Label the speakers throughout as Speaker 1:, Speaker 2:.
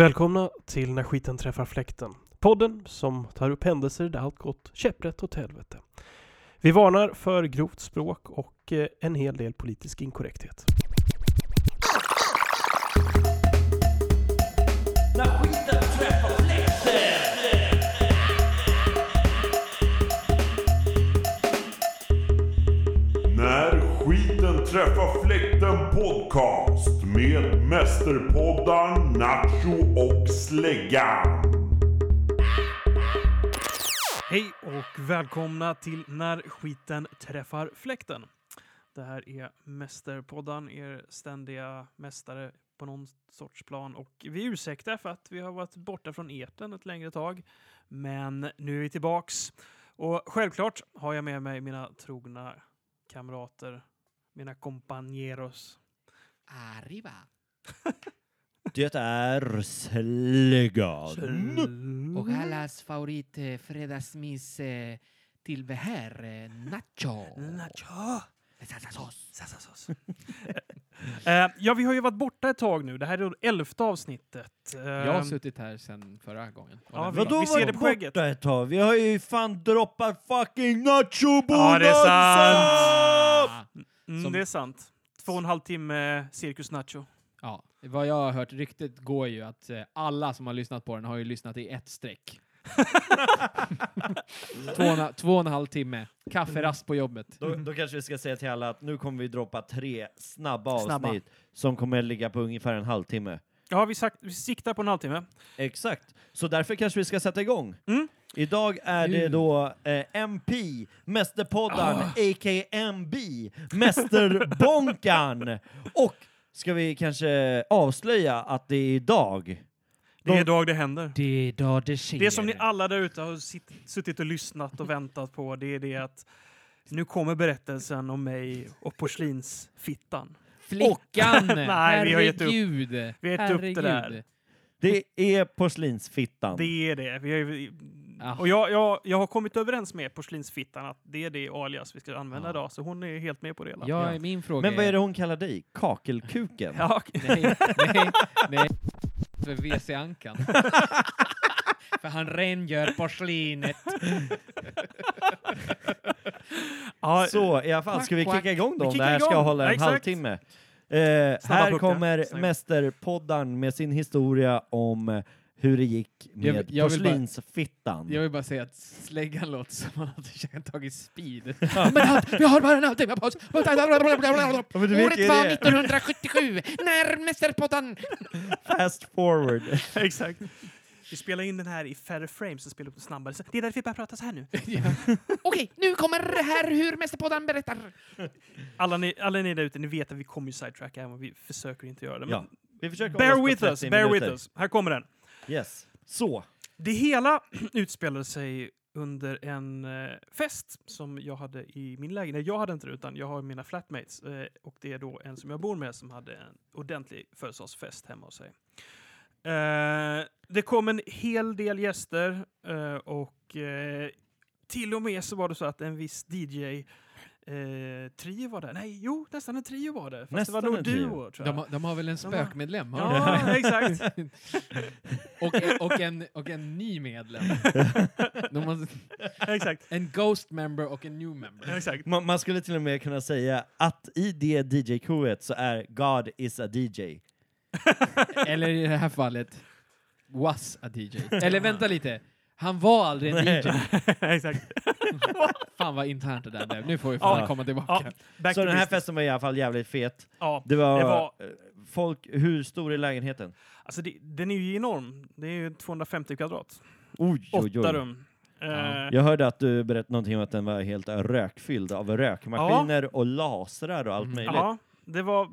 Speaker 1: Välkomna till När skiten träffar fläkten. Podden som tar upp händelser där allt gått käpprätt åt helvete. Vi varnar för grovt språk och eh, en hel del politisk inkorrekthet.
Speaker 2: När skiten träffar fläkten podcast med mästerpoddar Nacho och Släggan.
Speaker 1: Hej och välkomna till När skiten träffar fläkten. Det här är Mästerpodden, er ständiga mästare på någon sorts plan. Och vi ursäktar för att vi har varit borta från eten ett längre tag. Men nu är vi tillbaks. Och självklart har jag med mig mina trogna kamrater, mina compañeros.
Speaker 3: Arriba.
Speaker 4: Det är Släggan.
Speaker 5: Mm-hmm.
Speaker 3: Och allas favorit eh, fredagsmys eh, till det här, eh, nacho.
Speaker 1: Nacho!
Speaker 3: Med salsasås.
Speaker 1: Sassasås. Eh, ja, vi har ju varit borta ett tag nu. Det här är det elfte avsnittet. Eh,
Speaker 5: Jag har suttit här sen förra gången. Och
Speaker 1: Ja,
Speaker 5: den-
Speaker 1: vi-
Speaker 4: Vadå
Speaker 1: ser det
Speaker 4: var
Speaker 1: på skägget.
Speaker 4: borta ett tag? Vi har ju fan droppat fucking nacho
Speaker 1: Ja, det är sant.
Speaker 5: Ah,
Speaker 1: Mm,
Speaker 5: Som-
Speaker 1: Det är sant. Två och en halv timme cirkus nacho.
Speaker 5: ja. Vad jag har hört, ryktet går ju att eh, alla som har lyssnat på den har ju lyssnat i ett streck. två, och en, ha- två och en halv timme, kafferast på jobbet.
Speaker 4: Då, då kanske vi ska säga till alla att nu kommer vi droppa tre snabba avsnitt
Speaker 1: Snabba.
Speaker 4: som kommer ligga på ungefär en halvtimme.
Speaker 1: Ja, vi, sagt, vi siktar på en halvtimme.
Speaker 4: Exakt. Så därför kanske vi ska sätta igång.
Speaker 1: Mm.
Speaker 4: Idag är det
Speaker 5: Mm.
Speaker 4: då eh, MP, Mästerpoddaren,
Speaker 1: Ah.
Speaker 4: a.k.a. MB, Mästerbonkan. Och ska vi kanske avslöja att det är idag
Speaker 1: Det är idag det händer.
Speaker 3: Det är idag det sker.
Speaker 1: Det som ni alla där ute har sitt, suttit och lyssnat och väntat på, det är det att nu kommer berättelsen om mig och porslinsfittan.
Speaker 5: Flickan!
Speaker 1: Nej, vi har gett upp.
Speaker 5: Herregud.
Speaker 1: Vi har gett upp det där.
Speaker 5: Herregud.
Speaker 4: Det är porslinsfittan.
Speaker 1: Det är det. Vi har, ju-
Speaker 5: Ah.
Speaker 1: och jag, jag, jag har kommit överens med porslinsfittan att det är det alias vi ska använda
Speaker 5: Ja.
Speaker 1: idag, så hon är helt med på det. hela.
Speaker 5: Jag, min fråga
Speaker 4: Men vad är det hon kallar dig? Kakelkuken?
Speaker 1: Ja, okej.
Speaker 5: Nej, nej, nej. För WC Ankan. För han rengör porslinet.
Speaker 1: ja,
Speaker 4: Så i alla fall, ska vi
Speaker 5: Quack,
Speaker 4: kicka igång
Speaker 1: Vi
Speaker 4: då om det
Speaker 1: kickar
Speaker 4: här ska
Speaker 1: igång.
Speaker 4: hålla en
Speaker 1: Exakt.
Speaker 4: halvtimme? Eh,
Speaker 1: Snabba
Speaker 4: här
Speaker 1: puckar.
Speaker 4: kommer
Speaker 1: Snabba.
Speaker 4: Mästerpoddan med sin historia om eh, hur det gick
Speaker 5: Jag-
Speaker 4: med
Speaker 5: jag vill bara-
Speaker 4: porslinsfittan.
Speaker 5: Jag vill bara säga att släggan låter som han hade käkat tagit speed. Men han, vi har bara en halvtimme på oss.
Speaker 4: Ja, men du vet ju
Speaker 3: Året var
Speaker 4: det.
Speaker 3: 1977, när Mästerpodden...
Speaker 4: Fast forward.
Speaker 1: Exakt. Vi spelar in den här i färre frames och spelar upp den snabbare. Så det är därför vi börjar prata så här nu.
Speaker 3: Okej, nu kommer här hur Mästerpodden berättar.
Speaker 1: Alla ni, alla ni där ute, ni vet att vi kommer ju sidetracka även om vi försöker inte göra det. Men
Speaker 4: ja. Vi försöker hålla
Speaker 1: bear
Speaker 4: på
Speaker 1: with us,
Speaker 4: 30
Speaker 1: bear
Speaker 4: minuter.
Speaker 1: with us. Här kommer den.
Speaker 4: Yes. Så.
Speaker 1: Det hela utspelade sig under en eh, fest som jag hade i min lägenhet. Jag hade inte det, utan jag har mina flatmates. Eh, och det är då en som jag bor med som hade en ordentlig födelsedagsfest hemma hos sig. Eh, det kom en hel del gäster eh, och eh, till och med så var det så att en viss DJ Eh, trio var där. Nej, jo, nästan en trio var det. Fast
Speaker 4: Nästan
Speaker 1: det var nog
Speaker 4: en trio.
Speaker 1: duo, tror jag.
Speaker 5: De, har- de har väl en
Speaker 1: har-
Speaker 5: spökmedlem? har de?
Speaker 1: ja, exakt.
Speaker 5: och, och, en, och en ny medlem. De har,
Speaker 1: exakt.
Speaker 5: en ghost member och en new member.
Speaker 1: Exakt.
Speaker 4: Man, man skulle till och med kunna säga att i det DJ-crewet så är God is a DJ.
Speaker 5: Eller i det här fallet, was a DJ. Eller vänta lite, han var aldrig en DJ.
Speaker 1: exakt.
Speaker 5: Fan vad internt det där blev. Nu får vi fan
Speaker 1: Ja.
Speaker 5: komma tillbaka.
Speaker 1: Ja, back
Speaker 4: så
Speaker 1: to
Speaker 4: den här
Speaker 1: business.
Speaker 4: festen var i alla fall jävligt fet.
Speaker 1: Ja,
Speaker 4: Det var,
Speaker 1: Det var-
Speaker 4: eh, folk, hur stor är lägenheten?
Speaker 1: Alltså det, den är ju enorm. Det är ju 250 kvadrat.
Speaker 4: Oj, oj,
Speaker 1: Åtta
Speaker 4: oj.
Speaker 1: rum.
Speaker 5: Ja.
Speaker 1: Eh,
Speaker 4: Jag hörde att du berättade någonting om att den var helt rökfylld av rökmaskiner och lasrar och allt
Speaker 5: Mm.
Speaker 4: möjligt.
Speaker 1: ja, det var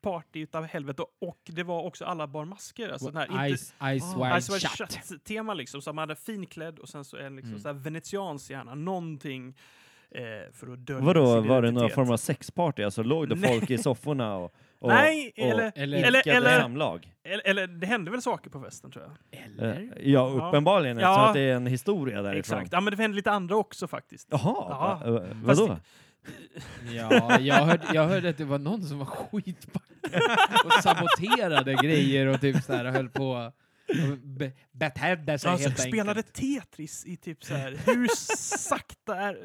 Speaker 1: party utav helvete och det var också alla bar masker. Alltså den här, inte, Ah,
Speaker 5: Ice, ice, wide
Speaker 1: Ice White
Speaker 5: shut.
Speaker 1: Chat-tema liksom. Så man hade finklädd och sen så en liksom
Speaker 5: Mm.
Speaker 1: så här venetiansk gärna. Någonting eh, för att dölja
Speaker 4: Vadå,
Speaker 1: sin
Speaker 4: var det någon
Speaker 1: identitet.
Speaker 4: form av sexparty? Alltså låg det
Speaker 1: Nej.
Speaker 4: folk i sofforna och, och,
Speaker 1: Nej,
Speaker 4: och
Speaker 1: eller,
Speaker 5: eller-
Speaker 1: eller,
Speaker 4: idkade
Speaker 1: eller,
Speaker 4: samlag?
Speaker 1: eller, eller det hände väl saker på festen tror jag.
Speaker 4: Eh,
Speaker 5: Eller?
Speaker 4: Ja, uppenbarligen
Speaker 1: Ja.
Speaker 4: eftersom att det är en historia därifrån.
Speaker 1: Exakt. Ja, men det hände lite andra också faktiskt.
Speaker 4: Jaha,
Speaker 1: Ja.
Speaker 4: va, eh, vadå?
Speaker 5: Ja, jag hörde, jag hörde att det var någon som var skitpackad och saboterade grejer och typ så här höll på. Och be- Betedde sig
Speaker 1: Alltså,
Speaker 5: helt enkelt.
Speaker 1: spelade Tetris i typ så här, hur sakta är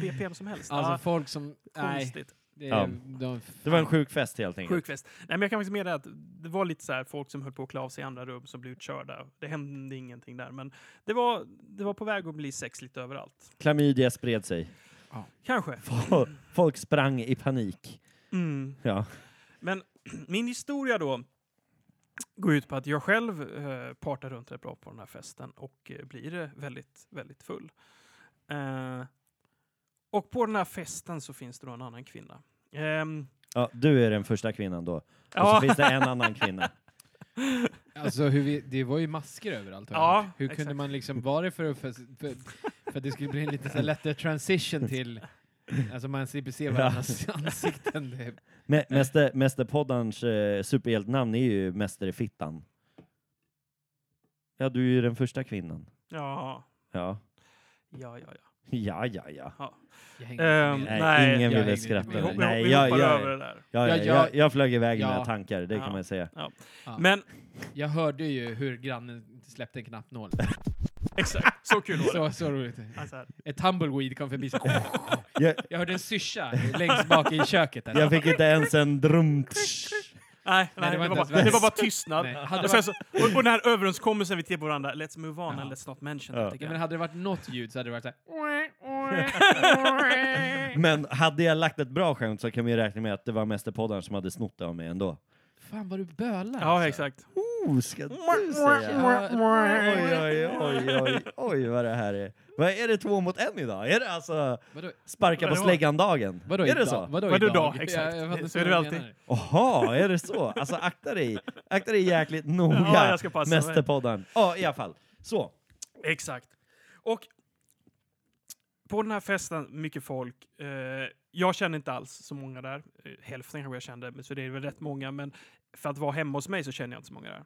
Speaker 1: BPM som helst.
Speaker 5: Alltså
Speaker 1: Ja,
Speaker 5: folk som... Nej,
Speaker 1: konstigt.
Speaker 5: det,
Speaker 4: Ja.
Speaker 5: de,
Speaker 4: Det var en sjuk fest helt enkelt.
Speaker 1: Sjuk fest. Nej, men jag kan faktiskt med det att det var lite så här folk som höll på att klä av sig i andra rum som blev utkörda. Det hände ingenting där, men det var, det var på väg att bli sex lite överallt.
Speaker 4: Klamydia spred sig.
Speaker 1: Kanske.
Speaker 4: Fo- Folk sprang i panik.
Speaker 1: Mm.
Speaker 4: Ja.
Speaker 1: Men min historia då går ut på att jag själv eh, partar runt rätt bra på den här festen och eh, blir eh, väldigt, väldigt full. Eh, och på den här festen så finns det då en annan kvinna. Ehm,
Speaker 4: ja, du är den första kvinnan då. Och
Speaker 1: Ja.
Speaker 4: så finns det en annan kvinna.
Speaker 5: Alltså hur vi, det var ju masker överallt. har jag
Speaker 1: Ja,
Speaker 5: hört. hur kunde
Speaker 1: exakt.
Speaker 5: man liksom, var det för, att- för, för, för att det skulle bli en lite så här lättare transition till, alltså man slipper se varandras ansikten. Det,
Speaker 4: Mä- Mäster, mästerpoddans eh, superhjältenamn är ju Mästerfittan. Ja, du är ju den första kvinnan.
Speaker 1: ja,
Speaker 4: Ja,
Speaker 1: ja, ja, ja.
Speaker 4: ja, ja. ja.
Speaker 5: jag hänger
Speaker 1: Ehm,
Speaker 5: inte med.
Speaker 4: Nej,
Speaker 1: Nej,
Speaker 4: ingen
Speaker 5: jag
Speaker 4: ville
Speaker 5: hängde
Speaker 4: skratta.
Speaker 5: inte
Speaker 1: Vi,
Speaker 5: med.
Speaker 1: hop-
Speaker 4: Nej,
Speaker 1: vi, hop- vi
Speaker 4: jag,
Speaker 1: hoppar
Speaker 4: jag,
Speaker 1: över det där.
Speaker 4: Ja,
Speaker 5: Ja,
Speaker 4: ja,
Speaker 5: jag-
Speaker 4: jag, jag flög iväg
Speaker 5: Ja.
Speaker 4: med mina tankar, det
Speaker 1: Ja.
Speaker 4: kan man säga.
Speaker 5: Ja.
Speaker 1: Men
Speaker 5: Jag hörde ju hur grannen släppte en knappnål.
Speaker 1: exakt, så kul var det.
Speaker 5: Så, så roligt.
Speaker 1: Alltså här.
Speaker 5: Ett tumbleweed kom förbi. Så,
Speaker 4: Jag,
Speaker 5: jag hörde en syrsa längst bak i köket. Där.
Speaker 4: jag fick inte ens en drum.
Speaker 1: Nej, nej, det,
Speaker 5: det
Speaker 1: var
Speaker 5: var inte ens
Speaker 1: bara, det var
Speaker 5: värst.
Speaker 1: bara tystnad.
Speaker 5: Nej, hade
Speaker 1: och, sen så, och, och den här överenskommelsen vi till på varandra, let's move on
Speaker 5: Ja.
Speaker 1: and let's not mention
Speaker 4: Ja.
Speaker 1: that
Speaker 5: Ja,
Speaker 1: again.
Speaker 5: men hade det varit något ljud så hade det varit så här.
Speaker 4: Men hade jag lagt ett bra skämt så kan vi räkna med att det var mästerpoddaren som hade snott det av mig ändå.
Speaker 5: Fan vad du bölar. alltså."
Speaker 1: Ja, exakt.
Speaker 4: Oh, ska du säga? Oj, oj, oj, oj, oj vad det här är. Vad är det två mot en idag? Är det alltså
Speaker 5: Vadå,
Speaker 4: sparka på
Speaker 1: Vadå?
Speaker 4: släggan-dagen?
Speaker 5: vadå
Speaker 4: Är det
Speaker 5: idag?
Speaker 4: så?
Speaker 5: Vadå,
Speaker 1: Vadå
Speaker 5: idag?
Speaker 1: idag? Exakt.
Speaker 5: fattar inte
Speaker 1: Så
Speaker 5: vad
Speaker 1: är det
Speaker 5: du
Speaker 1: alltid.
Speaker 5: menar.
Speaker 4: Jaha, är det så? Alltså akta dig. Akta dig jäkligt noga.
Speaker 1: Ja, jag ska passa mig.
Speaker 4: mästerpoddaren. Ja, i alla fall. Så.
Speaker 1: Exakt. Och på den här festen, mycket folk. Eh, jag kände inte alls så många där. Eh, hälften kanske jag kände, men så det är väl rätt många. Men för att vara hemma hos mig så känner jag inte så många där.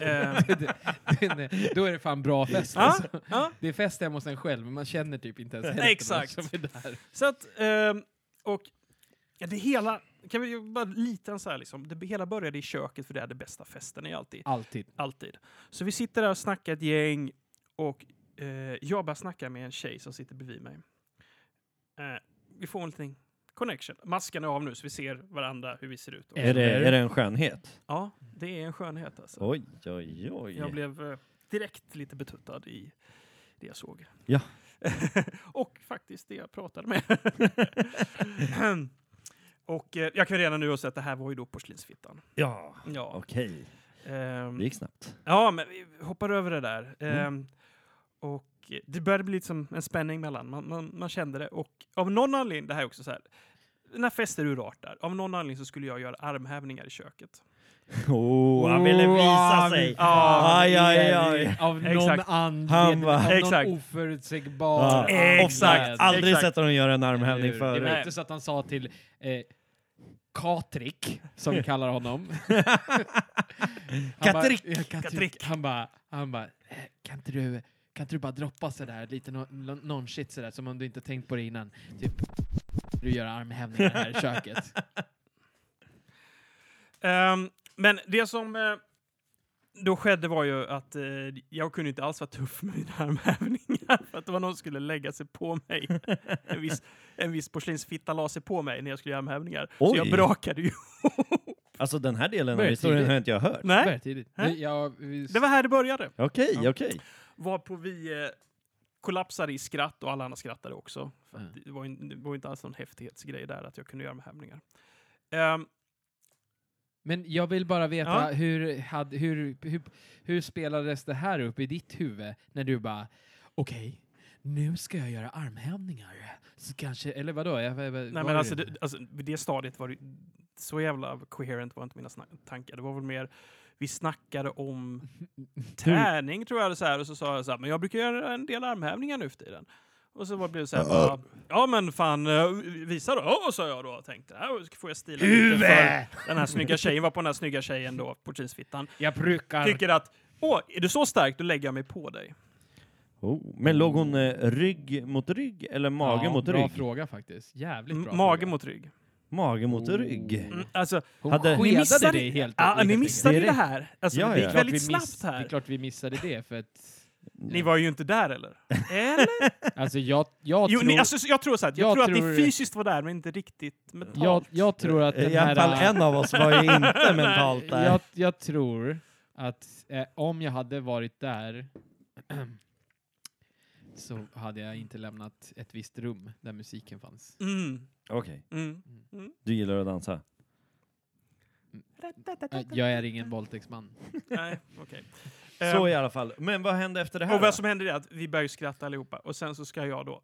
Speaker 1: Eh,
Speaker 5: Nej, Då är det fan bra fest.
Speaker 1: ja,
Speaker 5: Alltså.
Speaker 1: ja.
Speaker 5: Det är fest hemma hos en själv, men man känner typ inte ens hälften
Speaker 1: Exakt.
Speaker 5: av oss som är där.
Speaker 1: Så att, ehm, och ja, det hela, kan vi ju bara liten så här liksom, det hela började i köket för det är det bästa festen är ju alltid.
Speaker 5: Alltid.
Speaker 1: Alltid. Så vi sitter där och snackar ett gäng och eh, jag bara snackar med en tjej som sitter bredvid mig. Eh, vi får en liten connection. Masken är av nu så vi ser varandra hur vi ser ut.
Speaker 4: Är det, är det en skönhet?
Speaker 1: Ja, det är en skönhet alltså.
Speaker 4: Oj, oj, oj.
Speaker 1: Jag blev eh, direkt lite betuttad i det jag såg.
Speaker 4: Ja.
Speaker 1: och faktiskt det jag pratade med. och eh, jag kan redan nu säga att det här var ju då porslinsfittan.
Speaker 4: Ja,
Speaker 1: Ja,
Speaker 4: okej.
Speaker 1: ehm,
Speaker 4: Det gick snabbt.
Speaker 1: ja men vi hoppar över det där. Ehm, och eh, det började bli liksom en spänning mellan, man, man, man kände det. Och av någon anledning, det här är också så här, när fester urartar, av någon anledning så skulle jag göra armhävningar i köket.
Speaker 4: Oh, han ville visa
Speaker 5: han-
Speaker 4: sig.
Speaker 1: Ja,
Speaker 4: Aj, aj, aj.
Speaker 5: Av någon
Speaker 1: Exakt.
Speaker 5: anledning,
Speaker 4: Han bara-
Speaker 5: av
Speaker 1: Exakt.
Speaker 5: någon oförutsägbar
Speaker 4: Ja,
Speaker 5: anledning.
Speaker 1: Exakt.
Speaker 4: Aldrig
Speaker 1: Exakt.
Speaker 4: sett honom göra en armhävning
Speaker 5: Eller hur? Det var
Speaker 4: förut.
Speaker 5: inte så att han sa till eh, Katrik, som vi kallar honom. Han bara-
Speaker 4: Katrik.
Speaker 5: ja,
Speaker 1: Katrik.
Speaker 5: Katrik. Han bara, han bara, eh, kan inte du, kan inte du bara droppa sådär, lite no, no- någon shit sådär, som om du inte tänkt på det innan. Typ, du gör armhävningar här i köket.
Speaker 1: Ehm, men det som eh, då skedde var ju att eh, jag kunde inte alls vara tuff med mina armhävningar för att det var någon som skulle lägga sig på mig. En viss, en viss porslinsfitta la sig på mig när jag skulle göra armhävningar. Så
Speaker 4: Oj.
Speaker 1: jag brakade ju.
Speaker 4: Alltså den här delen av
Speaker 5: Väldigt
Speaker 4: historien
Speaker 5: tidigt.
Speaker 4: har inte jag hört.
Speaker 1: Nej,
Speaker 5: Väldigt tidigt.
Speaker 1: Hä?
Speaker 5: Jag, vi,
Speaker 1: det var här det började.
Speaker 4: Okej, okej.
Speaker 1: Varpå vi eh, kollapsade i skratt och alla andra skrattade också. För att det, var ju, det var ju inte alls någon häftighetsgrej där att jag kunde göra armhävningar. Ehm,
Speaker 5: Men jag vill bara veta,
Speaker 1: Ja.
Speaker 5: hur, hade, hur, hur, hur spelades det här upp i ditt huvud när du bara okej, nu ska jag göra armhävningar. Så kanske, eller vadå? Jag, jag,
Speaker 1: Nej, men alltså, det, alltså, vid det stadiet var det så jävla coherent var inte mina sna- tankar. Det var väl mer, vi snackade om träning tror jag, det så här, och så sa jag så här, men jag brukar göra en del armhävningar nu för tiden. Och så var- blev det så här, bara, ja men fan, eh, visa då, Ja, sa jag då. Tänkte, här får jag stila lite för den här snygga tjejen, var på den här snygga tjejen då, portinsfittan.
Speaker 5: jag brukar...
Speaker 1: Tycker att, åh, är du så stark, då lägger jag mig på dig.
Speaker 4: Oh, men låg hon eh, rygg mot rygg eller mage mot
Speaker 5: bra
Speaker 4: rygg?
Speaker 5: fråga faktiskt. Jävligt bra
Speaker 1: M- mage
Speaker 5: fråga.
Speaker 1: mot rygg.
Speaker 4: Mage mot rygg.
Speaker 1: Mm, alltså,
Speaker 5: Hon
Speaker 4: Hade-
Speaker 1: Ni missade-
Speaker 5: skedade dig helt
Speaker 1: ja, ni
Speaker 5: enkelt.
Speaker 1: missade
Speaker 4: Det
Speaker 1: det
Speaker 4: är
Speaker 1: här. Alltså,
Speaker 4: Ja,
Speaker 1: Det
Speaker 4: ja.
Speaker 1: gick
Speaker 5: Klart vi
Speaker 1: väldigt
Speaker 5: miss-
Speaker 1: snabbt
Speaker 5: Det
Speaker 1: här.
Speaker 5: är klart vi missade det, för att...
Speaker 1: Ni var ju inte där, eller? Eller?
Speaker 5: Alltså jag, jag
Speaker 1: Jo,
Speaker 5: tror...
Speaker 1: ni, alltså, så jag tror så här, jag,
Speaker 5: jag
Speaker 1: tror att
Speaker 5: tror-
Speaker 1: ni fysiskt var där, men inte riktigt mentalt.
Speaker 5: jag, jag tror att den
Speaker 4: I alla fall
Speaker 5: här...
Speaker 4: en av oss var ju inte mentalt där.
Speaker 5: Jag, jag tror att eh, om jag hade varit där så hade jag inte lämnat ett visst rum där musiken fanns.
Speaker 1: Mm,
Speaker 4: Okej,
Speaker 1: mm.
Speaker 4: du gillar att dansa.
Speaker 5: Eh, Jag är ingen våldtäktsman.
Speaker 1: Nej, okej.
Speaker 4: Så
Speaker 1: Ehm,
Speaker 4: i alla fall. Men vad hände efter det här
Speaker 1: och
Speaker 4: då?
Speaker 1: vad som händer är att vi börjar ju skratta allihopa och sen så ska jag då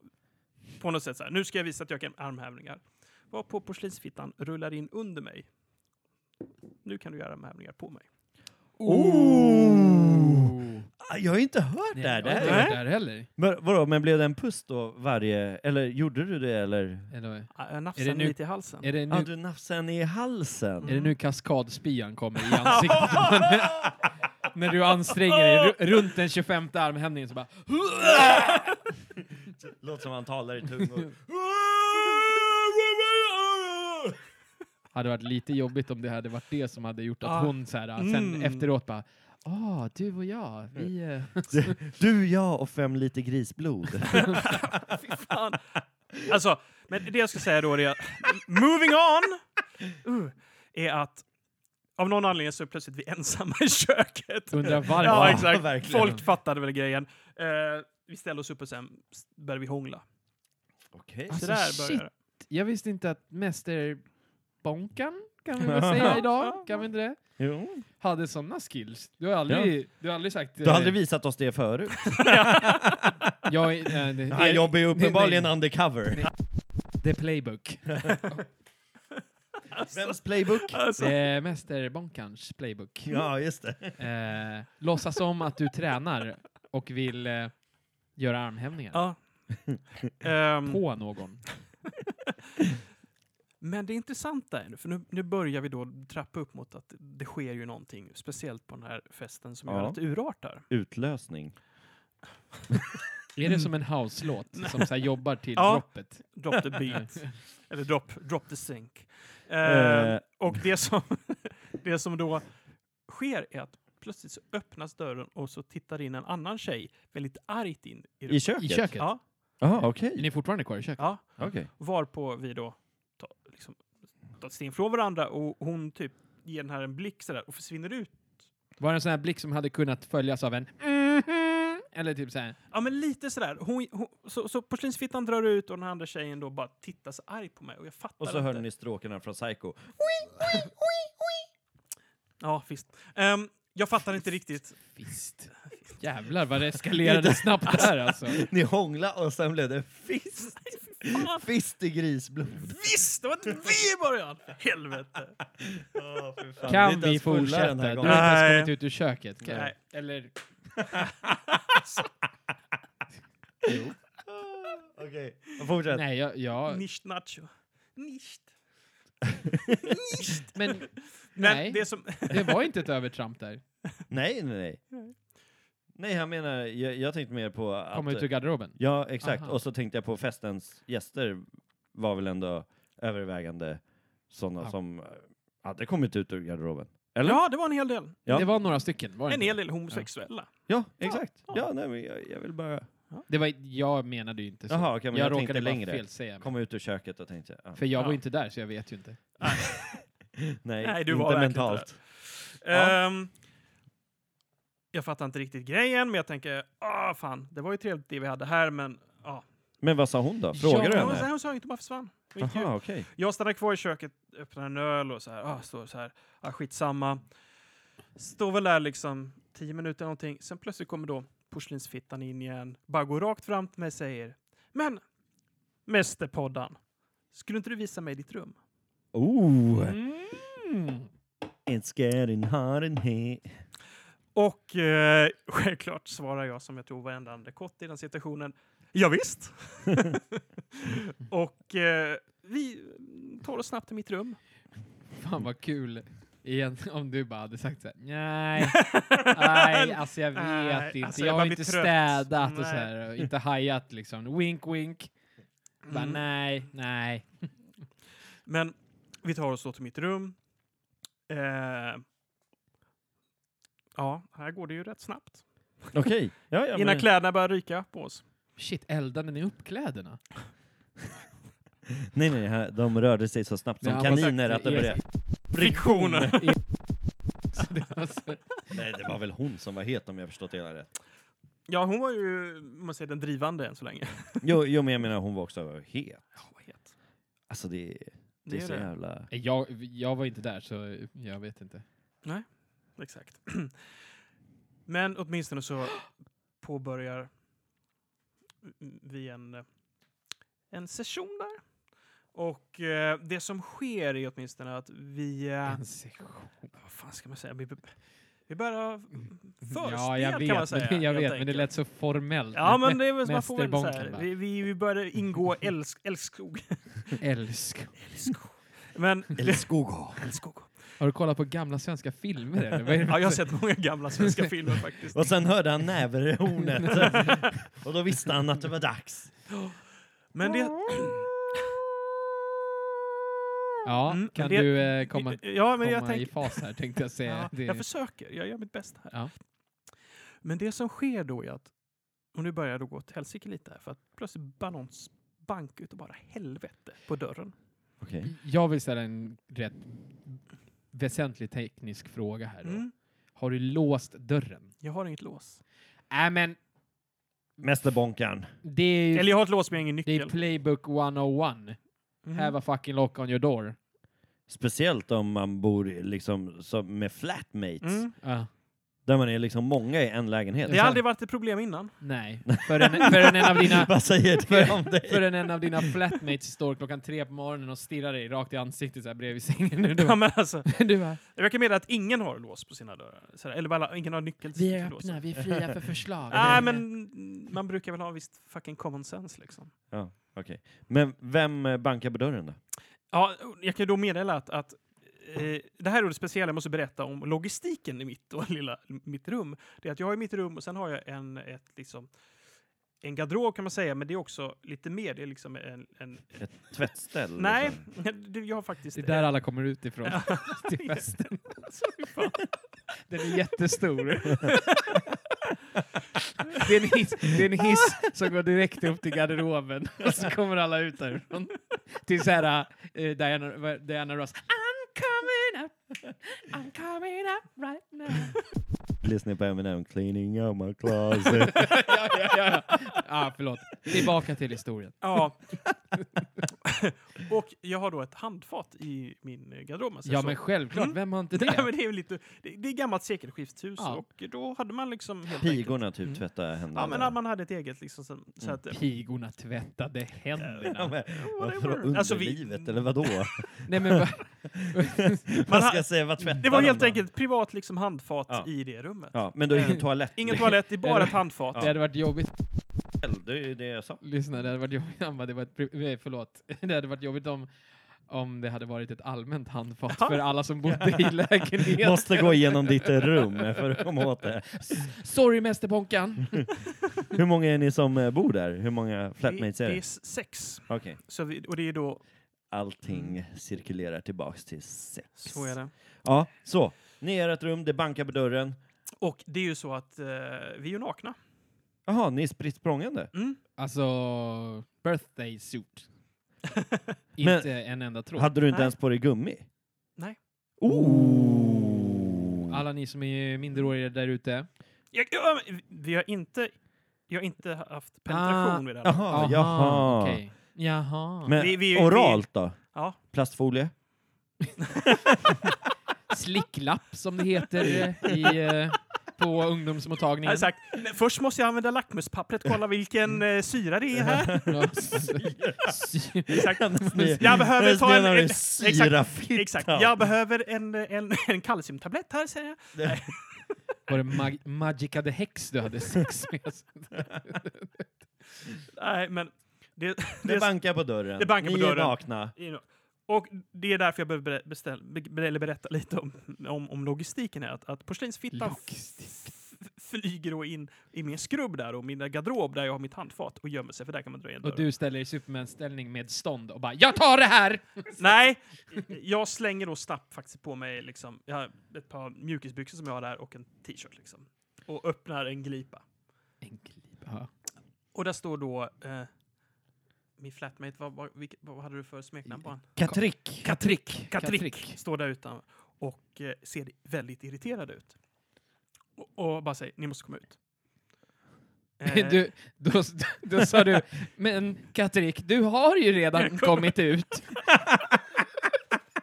Speaker 1: på något sätt så här, nu ska jag visa att jag kan armhävningar. Var på porslinsfittan rullar in under mig. Nu kan du göra armhävningar på mig.
Speaker 5: Oh!
Speaker 4: Ah, Jag har ju inte hört det här.
Speaker 5: Nej,
Speaker 4: Det här
Speaker 5: jag har inte
Speaker 4: är-
Speaker 5: varit där heller.
Speaker 4: Men, vadå, men blev det en puss då varje... Eller gjorde du det eller?
Speaker 5: Eller,
Speaker 1: Ah, Jag
Speaker 5: Är
Speaker 1: nafsar
Speaker 5: det
Speaker 1: mig
Speaker 5: nu-
Speaker 1: lite i halsen.
Speaker 5: är, det
Speaker 4: Ja, ah,
Speaker 5: nu,
Speaker 4: du nafsade henne i halsen.
Speaker 5: är det nu kaskadspyan kommer i ansiktet? När du anstränger dig ru- runt den 25 armhävningen så bara...
Speaker 4: Låter som han talar i tungor.
Speaker 5: hade varit lite jobbigt om det hade varit det som hade gjort att
Speaker 1: Ah.
Speaker 5: hon så här, sen
Speaker 1: Mm.
Speaker 5: efteråt bara Ah, du och jag, vi... eh."
Speaker 4: du, jag och fem liter grisblod.
Speaker 1: Fy fan. Alltså, men det jag ska säga då är att moving on uh, är att av någon anledning så är plötsligt vi ensamma i köket.
Speaker 5: Undrar varför.
Speaker 1: Ja,
Speaker 5: Ja,
Speaker 1: exakt.
Speaker 4: verkligen.
Speaker 1: Folk fattade väl grejen. Eh, vi ställde oss upp och sen s- började vi hångla.
Speaker 4: Okej.
Speaker 1: Så
Speaker 5: Alltså,
Speaker 1: där
Speaker 5: shit.
Speaker 1: började det.
Speaker 5: Jag visste inte att mästerbonkan, kan vi väl säga idag, kan vi inte det?
Speaker 4: Jo.
Speaker 5: Hade sådana skills. Du har aldrig, du har aldrig sagt... eh,
Speaker 4: Du har aldrig visat oss det förut.
Speaker 5: Jag, är- nej, det,
Speaker 4: Han
Speaker 5: är-
Speaker 4: jobbar ju uppenbarligen
Speaker 5: Nej,
Speaker 4: undercover.
Speaker 5: The Playbook.
Speaker 4: Vems playbook?
Speaker 1: Alltså,
Speaker 5: Det är Eh, mästerbonkans playbook.
Speaker 4: Ja, just det.
Speaker 5: Eh, låtsas som att du tränar och vill eh, göra armhävningar
Speaker 1: ja. Ehm,
Speaker 5: på någon.
Speaker 1: men det intressanta är nu, för nu, nu börjar vi då trappa upp mot att det sker ju någonting speciellt på den här festen som gör
Speaker 4: Ja.
Speaker 1: att det urartar.
Speaker 4: Utlösning.
Speaker 5: Är det som en house-låt som så här jobbar till
Speaker 1: Ja.
Speaker 5: droppet?
Speaker 1: Drop the beat. Eller drop, drop the sink. Ehm,
Speaker 4: Eh,
Speaker 1: Och det som, det som då sker är att plötsligt så öppnas dörren och så tittar in en annan tjej väldigt argt in i
Speaker 4: I
Speaker 1: rummet.
Speaker 4: köket?
Speaker 5: I köket?
Speaker 1: Ja,
Speaker 4: Jaha,
Speaker 5: Är
Speaker 4: okej.
Speaker 5: ni fortfarande kvar i köket?
Speaker 1: ja.
Speaker 4: Okej.
Speaker 1: Varpå vi då tar, liksom, tar ett steg från varandra och hon typ ger den här en blick sådär och försvinner ut.
Speaker 5: Var det en sån här blick som hade kunnat följas av en Eller typ såhär,
Speaker 1: Ja men lite sådär. Hon, hon, så, så porslinsfittan drar ut och den här andra tjejen då bara tittar så arg på mig och jag fattar
Speaker 4: Och så hörde
Speaker 1: inte.
Speaker 4: ni stråkarna från Psycho.
Speaker 1: Ja visst. Ehm, jag fattar inte riktigt.
Speaker 5: fist. Jävlar vad det eskalerade snabbt där alltså.
Speaker 4: Ni hånglade och sen blev det fist.
Speaker 1: Fan,
Speaker 4: Fist i grisblod.
Speaker 1: visst! Det var inte vi i början! Helvete.
Speaker 5: Kan vi fortsätta? Du har inte ens
Speaker 1: Nej.
Speaker 5: kommit ut ur köket. Kan
Speaker 1: Nej.
Speaker 5: du? Eller,
Speaker 4: Okej, fortsätt.
Speaker 5: nej, jag, jag,
Speaker 1: Nicht nacho. Nicht.
Speaker 5: men
Speaker 1: Men
Speaker 5: Nej.
Speaker 1: det som...
Speaker 5: det var inte ett övertramp där.
Speaker 4: Nej, nej, nej. Nej, jag menar, jag, jag tänkte mer på att...
Speaker 5: Kom ut ur garderoben.
Speaker 4: Ja, exakt.
Speaker 5: Aha.
Speaker 4: Och så tänkte jag på festens gäster var väl ändå övervägande sådana
Speaker 5: Ja.
Speaker 4: som eh, hade kommit ut ur garderoben. Eller?
Speaker 1: Ja, det var en hel del.
Speaker 4: Ja.
Speaker 5: Det var några stycken, var det
Speaker 1: En
Speaker 5: inte?
Speaker 1: hel del homosexuella.
Speaker 4: Ja, exakt. Ja,
Speaker 1: Ja.
Speaker 4: nej, men jag, jag vill bara
Speaker 5: Det var, jag menade ju inte så.
Speaker 4: Jaha, okej, men
Speaker 5: jag,
Speaker 4: jag tänkte
Speaker 5: råkade bara
Speaker 4: längre.
Speaker 5: felsäga. mig.
Speaker 4: komma ut ur köket och tänkte... Ja.
Speaker 5: För jag var
Speaker 1: Ja.
Speaker 5: ju inte där, så jag vet ju inte.
Speaker 4: Nej,
Speaker 1: Nej, du
Speaker 4: inte
Speaker 1: var verkligen inte
Speaker 4: mentalt. Ja.
Speaker 1: Ehm, jag fattar inte riktigt grejen, men jag tänker, ah fan, det var ju trevligt det vi hade här, men ja.
Speaker 4: Men vad sa hon då? Frågade du
Speaker 1: Hon,
Speaker 4: henne?
Speaker 1: hon sa inte, bara försvann. Det gick ju.
Speaker 4: Jaha, okej.
Speaker 1: Jag stannar kvar i köket, öppnar en öl och så här, ah, står så här, ah, skitsamma. Står väl där liksom tio minuter någonting, sen plötsligt kommer då porslinsfittan in igen, bara går rakt fram till mig och säger, men mästerpoddan, skulle inte du visa mig ditt rum?
Speaker 4: Oh!
Speaker 5: Mm.
Speaker 4: It's getting hot in here.
Speaker 1: Och eh, självklart svarar jag som jag tror varenda andra kott i den situationen. Ja, visst. och eh, vi tar oss snabbt till mitt rum.
Speaker 5: Fan vad kul igen om du bara hade sagt såhär nej, nej, alltså jag vet
Speaker 1: Nej,
Speaker 5: inte,
Speaker 1: alltså,
Speaker 5: jag
Speaker 1: jag
Speaker 5: har
Speaker 1: bara
Speaker 5: inte
Speaker 1: blir trött."
Speaker 5: städat och
Speaker 1: Nej.
Speaker 5: såhär, och inte hajat liksom, wink wink. Bara
Speaker 1: Mm.
Speaker 5: nej, nej.
Speaker 1: Men Vi tar oss då till mitt rum. Eh, ja, här går det ju rätt snabbt.
Speaker 4: Okej. Ja, ja,
Speaker 1: Innan
Speaker 4: men,
Speaker 1: kläderna börjar ryka på oss.
Speaker 5: Shit, eldade ni upp kläderna?
Speaker 4: nej, nej, här- de rörde sig så snabbt som
Speaker 5: Ja,
Speaker 4: kaniner
Speaker 5: exakt.
Speaker 4: att det började...
Speaker 1: Friktioner!
Speaker 5: Så det var så-
Speaker 4: Nej, det var väl hon som var het om jag förstått det hela rätt.
Speaker 1: Ja, hon var ju om man säger, den drivande än så länge.
Speaker 4: Jo, jo, men jag menar hon var också het.
Speaker 1: Ja, vad het.
Speaker 4: Alltså det, det, är
Speaker 1: är
Speaker 4: så
Speaker 1: det.
Speaker 4: jävla...
Speaker 5: jag, jag var inte där, så jag vet inte.
Speaker 1: Exakt. Men åtminstone så påbörjar vi en, eh, en session där. Och eh, det som sker är åtminstone att vi... Eh,
Speaker 5: En session.
Speaker 1: vad fan ska man säga? Vi, vi börjar förspel
Speaker 5: Ja, jag vet,
Speaker 1: kan man säga.
Speaker 5: men, det, jag
Speaker 1: helt
Speaker 5: vet men det
Speaker 1: enkelt.
Speaker 5: lät så formellt.
Speaker 1: Ja, men det är väl, man får väl så
Speaker 5: Mästerbonken,
Speaker 1: här.
Speaker 5: va?
Speaker 1: Vi, vi, vi började ingå älsk, älskskog.
Speaker 5: Älsk.
Speaker 1: Men...
Speaker 4: Älskoga.
Speaker 1: Älskskog.
Speaker 5: Har du kollat på gamla svenska filmer eller? Vad är det
Speaker 1: Ja, jag har
Speaker 5: för-
Speaker 1: sett många gamla svenska filmer faktiskt.
Speaker 4: Och sen hörde han näverhornet. och då visste han att det var dags.
Speaker 1: Men det...
Speaker 5: Ja,
Speaker 1: Mm,
Speaker 5: kan
Speaker 1: det-
Speaker 5: du eh, komma,
Speaker 1: Ja, men
Speaker 5: komma
Speaker 1: jag
Speaker 5: i
Speaker 1: tänker...
Speaker 5: fas här tänkte jag säga.
Speaker 1: Ja,
Speaker 5: det,
Speaker 1: jag försöker, jag gör mitt bästa här.
Speaker 5: Ja.
Speaker 1: Men det som sker då är att, och nu börjar jag då gå till helsike lite här, för att plötsligt Banons bank utav bara helvete på dörren.
Speaker 4: Okej.
Speaker 5: jag vill ställa en rätt väsentlig teknisk fråga här. Då.
Speaker 1: Mm.
Speaker 5: Har du låst dörren?
Speaker 1: Jag har inget lås.
Speaker 5: Nej, men
Speaker 4: Mästerbonkan.
Speaker 5: det är ju
Speaker 1: Eller jag har ett lås men jag har ingen
Speaker 5: det är
Speaker 1: nyckel.
Speaker 5: playbook 101.
Speaker 1: Mhm.
Speaker 5: Have a fucking lock on your door.
Speaker 4: Speciellt om man bor liksom som med flatmates.
Speaker 1: Mm.
Speaker 5: Ja.
Speaker 4: Där man är liksom många i en lägenhet.
Speaker 1: Det har aldrig varit ett problem innan.
Speaker 5: Nej, förrän, förrän en av dina...
Speaker 4: Vad säger det om dig?
Speaker 5: Förrän en av dina flatmates står klockan tre på morgonen och stirrar dig rakt i ansiktet så här bredvid sängen. Du
Speaker 1: Ja,
Speaker 5: bara,
Speaker 1: men alltså,
Speaker 5: du bara
Speaker 1: jag kan meddela att ingen har lås på sina dörrar. Så här, Eller bara, ingen har nyckel till sitt lås.
Speaker 5: vi är fria för förslag.
Speaker 1: Nej, men man brukar väl ha visst fucking common sense liksom.
Speaker 4: Ja, okej. Men vem eh, bankar på dörren då?
Speaker 1: Ja, jag kan ju då meddela att, att eh, det här är det speciella jag måste berätta om logistiken i mitt, och lilla, mitt rum. Det är att jag har mitt rum och sen har jag en, ett, liksom, en garderob kan man säga, men det är också lite mer. Det är liksom en... en
Speaker 4: Ett tvättställ?
Speaker 1: nej,
Speaker 4: liksom?
Speaker 1: du, jag har faktiskt...
Speaker 5: Det är där alla kommer ut ifrån. till festen. Den är jättestor. det, är en hiss, det är en hiss som går direkt upp till garderoben och så kommer alla ut därifrån. Till så här, eh, Diana, vad- Diana Ross. I'm coming up, I'm coming up right now.
Speaker 4: Lyssnar på Eminem, cleaning out my closet.
Speaker 5: ja, ja, ja, ja. Ah, förlåt. Tillbaka till historien.
Speaker 1: Ja. och jag har då ett handfat i min eh, garderob. man säger
Speaker 5: Ja,
Speaker 1: så.
Speaker 5: men självklart.
Speaker 1: Mm.
Speaker 5: Vem har inte
Speaker 1: Nej,
Speaker 5: det?
Speaker 1: men det är ju lite, det, det är gammalt sekelskiftshus
Speaker 5: Ja.
Speaker 1: och då hade man liksom... Helt enkelt-
Speaker 4: Pigorna typ
Speaker 1: Mm.
Speaker 4: tvättar händerna.
Speaker 1: Ja, men
Speaker 4: där.
Speaker 1: att man hade ett eget liksom. Så, så
Speaker 4: Mm.
Speaker 1: att, eh,
Speaker 5: Pigorna tvättade
Speaker 4: Ja,
Speaker 5: händerna.
Speaker 4: men Varför då
Speaker 1: Whatever. Alltså, vi-
Speaker 4: underlivet eller vadå?
Speaker 5: Nej, men va?
Speaker 4: Man
Speaker 1: ha-
Speaker 4: ska säga vad tvättar
Speaker 1: Det var
Speaker 4: de
Speaker 1: helt
Speaker 4: då?
Speaker 1: enkelt ett privat liksom handfat
Speaker 4: Ja.
Speaker 1: i det rummet.
Speaker 4: Ja, men då är det ingen toalett.
Speaker 1: Ingen
Speaker 4: Det-
Speaker 1: toalett, det är bara
Speaker 5: Eller-
Speaker 1: ett handfat.
Speaker 5: Det hade varit jobbigt
Speaker 4: Det är ju det jag sa.
Speaker 5: Lyssna, det hade varit jobbigt, han bara, det var ett, pri- nej, förlåt. Det hade varit jobbigt om, om det hade varit ett allmänt handfat för alla som bodde i lägenheten.
Speaker 4: Måste gå igenom ditt rum för att komma åt det.
Speaker 5: Sorry Mästerponkan!
Speaker 4: Hur många är ni som eh, bor där? Hur många
Speaker 1: Det,
Speaker 4: flatmates är
Speaker 1: det är
Speaker 4: det?
Speaker 1: s- sex.
Speaker 4: Okej.
Speaker 1: Så vi, och det är då,
Speaker 4: Allting cirkulerar tillbaks till sex.
Speaker 1: så är det.
Speaker 4: Ja, så. Ni är i ert rum, det bankar på dörren.
Speaker 1: Och det är ju så att eh, vi är ju nakna.
Speaker 4: Jaha, ni är spritt språngande?
Speaker 1: Mm.
Speaker 5: Alltså, birthday suit.
Speaker 4: Men-
Speaker 5: Inte en enda tråd.
Speaker 4: Hade du inte
Speaker 1: Nej.
Speaker 4: ens på dig gummi?
Speaker 1: Nej.
Speaker 4: Ooh.
Speaker 5: Alla ni som är minderåriga där ute.
Speaker 1: Jag, jag, vi har inte, jag har inte haft penetration
Speaker 5: Ah,
Speaker 1: vid det här.
Speaker 4: Jaha, jaha.
Speaker 5: okej. Jaha.
Speaker 4: Men
Speaker 1: Vi- vi-
Speaker 4: oralt då?
Speaker 1: Ja.
Speaker 4: Plastfolie?
Speaker 5: Slicklapp som det heter eh, i, eh, på
Speaker 1: Jag har
Speaker 4: Alltså-
Speaker 5: ungdomsmottagningen.
Speaker 1: sagt, "Nej, först måste jag använda lackmuspappret, kolla vilken eh, syra det är här.
Speaker 5: Ja, sy-
Speaker 1: Exakt.
Speaker 4: Ni-
Speaker 1: Jag behöver ta en...
Speaker 4: Menar
Speaker 1: en
Speaker 4: du syrafittan?
Speaker 1: Exakt, jag behöver en, en, en kalciumtablett här säger jag.
Speaker 5: Var det Mag- Magica the Hex du hade sex med?
Speaker 1: Nej, men det,
Speaker 4: Det
Speaker 1: det,
Speaker 4: bankar på dörren.
Speaker 1: Det bankar
Speaker 4: ni
Speaker 1: på
Speaker 4: är
Speaker 1: dörren.
Speaker 4: nakna.
Speaker 1: You know. Och det är därför jag behöver berä- beställ, be, eller berätta lite om, om, om logistiken här. Att, att porslinsfittan f-
Speaker 5: Logistik.
Speaker 1: f- flyger då in i min skrubb där och min garderob där jag har mitt handfat och gömmer sig för där kan man dra igen
Speaker 5: Och
Speaker 1: dörren.
Speaker 5: du ställer dig i Superman-ställning med stånd och bara “Jag tar det här!”
Speaker 1: Nej, jag slänger då snabbt faktiskt på mig liksom, jag har ett par mjukisbyxor som jag har där och en t-shirt liksom. Och öppnar en glipa.
Speaker 5: En glip, ja.
Speaker 1: Och där står då eh, min flatmate, vad, vad, vilket, vad hade du för smeknamn på honom?
Speaker 4: Katrick!
Speaker 1: Katrick. Katrick.
Speaker 5: Katrick.
Speaker 1: Står där utan och eh, ser väldigt irriterad ut. Och, och bara säger, ni måste komma ut. Eh,
Speaker 5: Du, då, då sa du “Men Katrik, du har ju redan kommit ut!”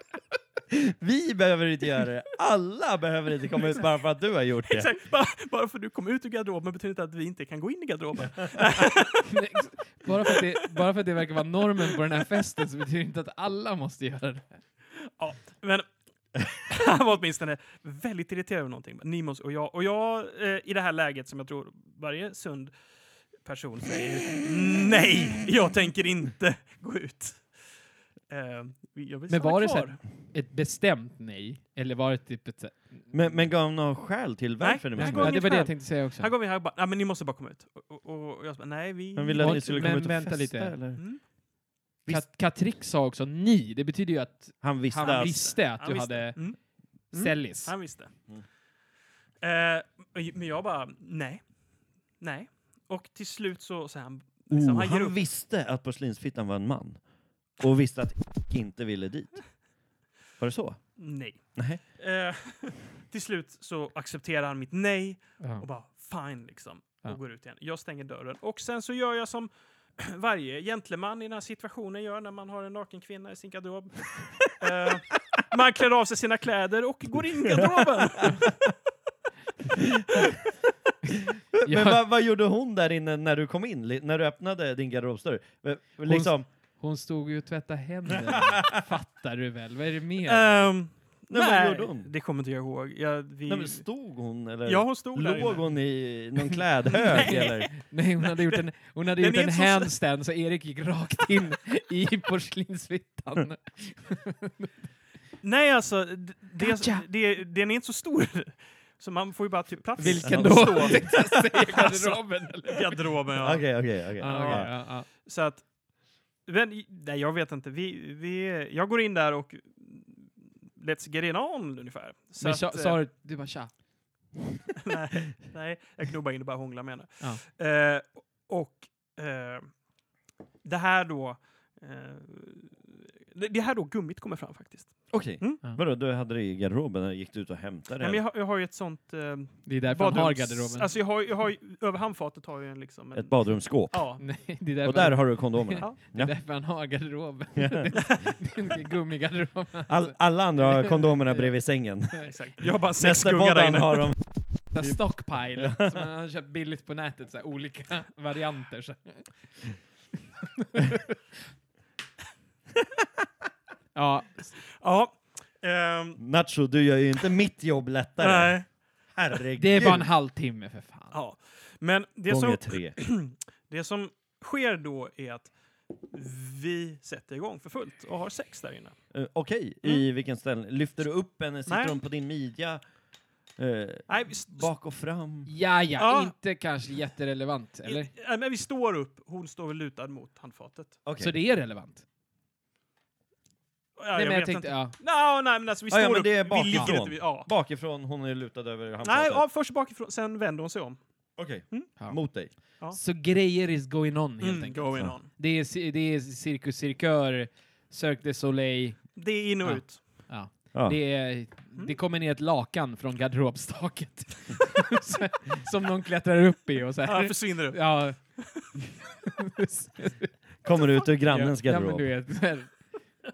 Speaker 4: Vi behöver inte göra det. Alla behöver inte komma ut bara för att du har gjort det.
Speaker 1: Exakt, bara, bara för att du kom ut ur garderoben betyder inte att vi inte kan gå in i garderoben.
Speaker 5: bara, för att det, bara för att det verkar vara normen på den här festen så betyder det inte att alla måste göra det.
Speaker 1: Ja, men han var åtminstone väldigt irriterad över någonting. Ni måste, och jag, och jag eh, i det här läget som jag tror varje sund person säger nej, jag tänker inte gå ut. Eh, jag vill
Speaker 5: Men
Speaker 1: stanna
Speaker 5: var det så
Speaker 1: kvar.
Speaker 5: här, ett bestämt nej? Eller var det typ ett... så här-
Speaker 4: Men, men gav någon skäl till varför
Speaker 1: Nej,
Speaker 4: ni
Speaker 1: jag
Speaker 5: Ja,
Speaker 4: måste
Speaker 5: det
Speaker 1: går
Speaker 4: komma
Speaker 5: var
Speaker 1: inget
Speaker 4: ut?
Speaker 5: det
Speaker 1: skäl.
Speaker 5: jag tänkte säga också.
Speaker 1: Här går vi här och bara, nej men ni måste bara komma ut. Och, och, och jag bara, nej vi...
Speaker 4: Man ville att ni skulle komma
Speaker 5: Men
Speaker 4: ut och
Speaker 5: vänta
Speaker 4: festa.
Speaker 5: lite.
Speaker 4: Eller?
Speaker 1: Mm.
Speaker 5: Kat- Katrik sa också ni, det betyder ju att
Speaker 4: Han visste
Speaker 5: han
Speaker 4: att-
Speaker 5: visste att
Speaker 1: Han
Speaker 5: du
Speaker 1: visste.
Speaker 5: hade
Speaker 1: Mm,
Speaker 5: sällis.
Speaker 1: han visste.
Speaker 4: Mm.
Speaker 1: Eh, men- men jag bara, nej. Nej. Och till slut så säger han, liksom,
Speaker 4: Oh,
Speaker 1: han ger
Speaker 4: han
Speaker 1: upp.
Speaker 4: visste att porslinsfittan var en man. Och visste att inte ville dit. Var det så?
Speaker 1: Nej.
Speaker 4: Nej.
Speaker 1: Eh, till slut så accepterar han mitt nej
Speaker 5: Ja.
Speaker 1: och bara fine liksom. Och
Speaker 5: Ja.
Speaker 1: går ut igen. Jag stänger dörren och sen så gör jag som varje gentleman i den här situationen gör när man har en naken kvinna i sin garderob. eh, man klär av sig sina kläder och går in i garderoben.
Speaker 5: Ja.
Speaker 4: Men vad, vad gjorde hon där inne när du kom in? Li- När du öppnade din garderobsdörr? Eh, Liksom,
Speaker 5: Hon stod ju och tvättade händerna. Fattar du väl? Vad är det mer?
Speaker 1: Ehm,
Speaker 4: Nej, vad gjorde
Speaker 1: nej,
Speaker 4: hon?
Speaker 1: det kommer inte jag ihåg. Jag, vi,
Speaker 4: nej, men stod hon eller?
Speaker 1: ja, hon stod där
Speaker 4: Låg
Speaker 1: inne.
Speaker 4: hon i någon klädhög eller?
Speaker 5: Nej, hon hade gjort en, hon hade
Speaker 1: den
Speaker 5: gjort
Speaker 1: är
Speaker 5: en
Speaker 1: inte så-
Speaker 5: handstand så Erik gick rakt in i porslinsfittan.
Speaker 1: Nej, alltså, d- det,
Speaker 5: Gotcha.
Speaker 1: det, den är inte så stor. Så man får ju bara typ plats.
Speaker 5: Vilken
Speaker 1: att
Speaker 5: då?
Speaker 1: stå i
Speaker 5: Tänkte jag säga garderoben. eller?
Speaker 1: Garderoben, Alltså. ja.
Speaker 4: Okej, okej, okej.
Speaker 5: Ja,
Speaker 4: Ja.
Speaker 5: okej, ja, ja.
Speaker 1: Så att, men, nej jag vet inte. Vi, vi, jag går in där och let's get it on ungefär. Så
Speaker 5: Men
Speaker 1: att,
Speaker 5: sa,
Speaker 1: eh,
Speaker 5: sa du, du bara tja.
Speaker 1: nej, nej, jag knubbar in och bara hånglar med henne.
Speaker 5: Ja.
Speaker 1: Eh, och eh, det här då, eh, det- det här då gummit kommer fram faktiskt.
Speaker 4: Okej.
Speaker 1: Mm.
Speaker 4: Vadå, du hade det i garderoben? eller Gick du ut och hämtade
Speaker 1: Nej,
Speaker 4: det?
Speaker 1: men jag, har- jag har ju ett sånt eh,
Speaker 5: Det är därför han har
Speaker 1: badrums...
Speaker 5: garderoben.
Speaker 1: Alltså jag har, jag har, ju- över handfatet har jag en liksom... En,
Speaker 4: Ett badrumsskåp?
Speaker 1: Ja.
Speaker 5: Nej, det är därför,
Speaker 4: Och där har du kondomerna?
Speaker 1: ja.
Speaker 5: det är därför han har garderoben. Det är Gummigarderoben.
Speaker 4: All, alla andra har kondomerna bredvid sängen.
Speaker 1: Exakt. Jag har bara sex gungar där
Speaker 4: Mästerpodden
Speaker 1: inne.
Speaker 4: har dem.
Speaker 5: Så här
Speaker 1: Typ.
Speaker 5: Stockpile. Som han har köpt billigt på nätet. Så här, olika varianter. Så. här. ja,
Speaker 1: Ja. ehm,
Speaker 4: Nacho, du gör ju inte mitt jobb lättare.
Speaker 1: nej.
Speaker 4: Herregud.
Speaker 5: det var en halvtimme för fan.
Speaker 1: Ja. Men det
Speaker 4: Gånger
Speaker 1: som,
Speaker 4: tre.
Speaker 1: det som sker då är att vi sätter igång för fullt och har sex där inne.
Speaker 4: Eh, Okej, i vilken ställning? Lyfter du upp henne? Sitter
Speaker 1: Mm. Nej.
Speaker 4: hon på din midja? Eh,
Speaker 1: Nej, vi, st-
Speaker 4: bak och fram?
Speaker 5: Ja, ja,
Speaker 1: Ja.
Speaker 5: inte kanske jätterelevant, eller?
Speaker 1: i- nej, men vi står upp, hon står väl lutad mot handfatet.
Speaker 4: Okej.
Speaker 5: Så det är relevant?
Speaker 1: Ja,
Speaker 5: Nej, men jag
Speaker 1: vet inte.
Speaker 5: tänkte, ja.
Speaker 1: Nå, nej, men alltså vi
Speaker 4: Ah,
Speaker 1: står
Speaker 4: ja, men
Speaker 1: upp.
Speaker 4: det är
Speaker 1: vi ligger
Speaker 4: bakifrån.
Speaker 1: inte vid, ja.
Speaker 4: Bakifrån, hon är lutad över
Speaker 1: Nej,
Speaker 4: handfatet?
Speaker 1: ja, först bakifrån, sen vänder hon sig om.
Speaker 4: Okej,
Speaker 1: Mm.
Speaker 5: Ja.
Speaker 4: mot dig.
Speaker 1: Ja.
Speaker 5: Så grejer is going on, helt
Speaker 1: Mm,
Speaker 5: enkelt.
Speaker 1: going
Speaker 4: Ja.
Speaker 1: on.
Speaker 5: Det är, ci- det är Cirkus Cirkör, Cirque du Soleil.
Speaker 1: Det är in och
Speaker 5: Ja.
Speaker 1: ut.
Speaker 5: Ja.
Speaker 4: Ja.
Speaker 5: Det, är,
Speaker 1: Mm.
Speaker 5: det kommer ner ett lakan från garderobstaket. Så- som någon klättrar upp i och så
Speaker 1: Ja,
Speaker 5: här.
Speaker 1: försvinner upp.
Speaker 5: Ja.
Speaker 4: Kommer ut ur grannens
Speaker 5: ja, men
Speaker 4: garderob?
Speaker 5: du vet. så här.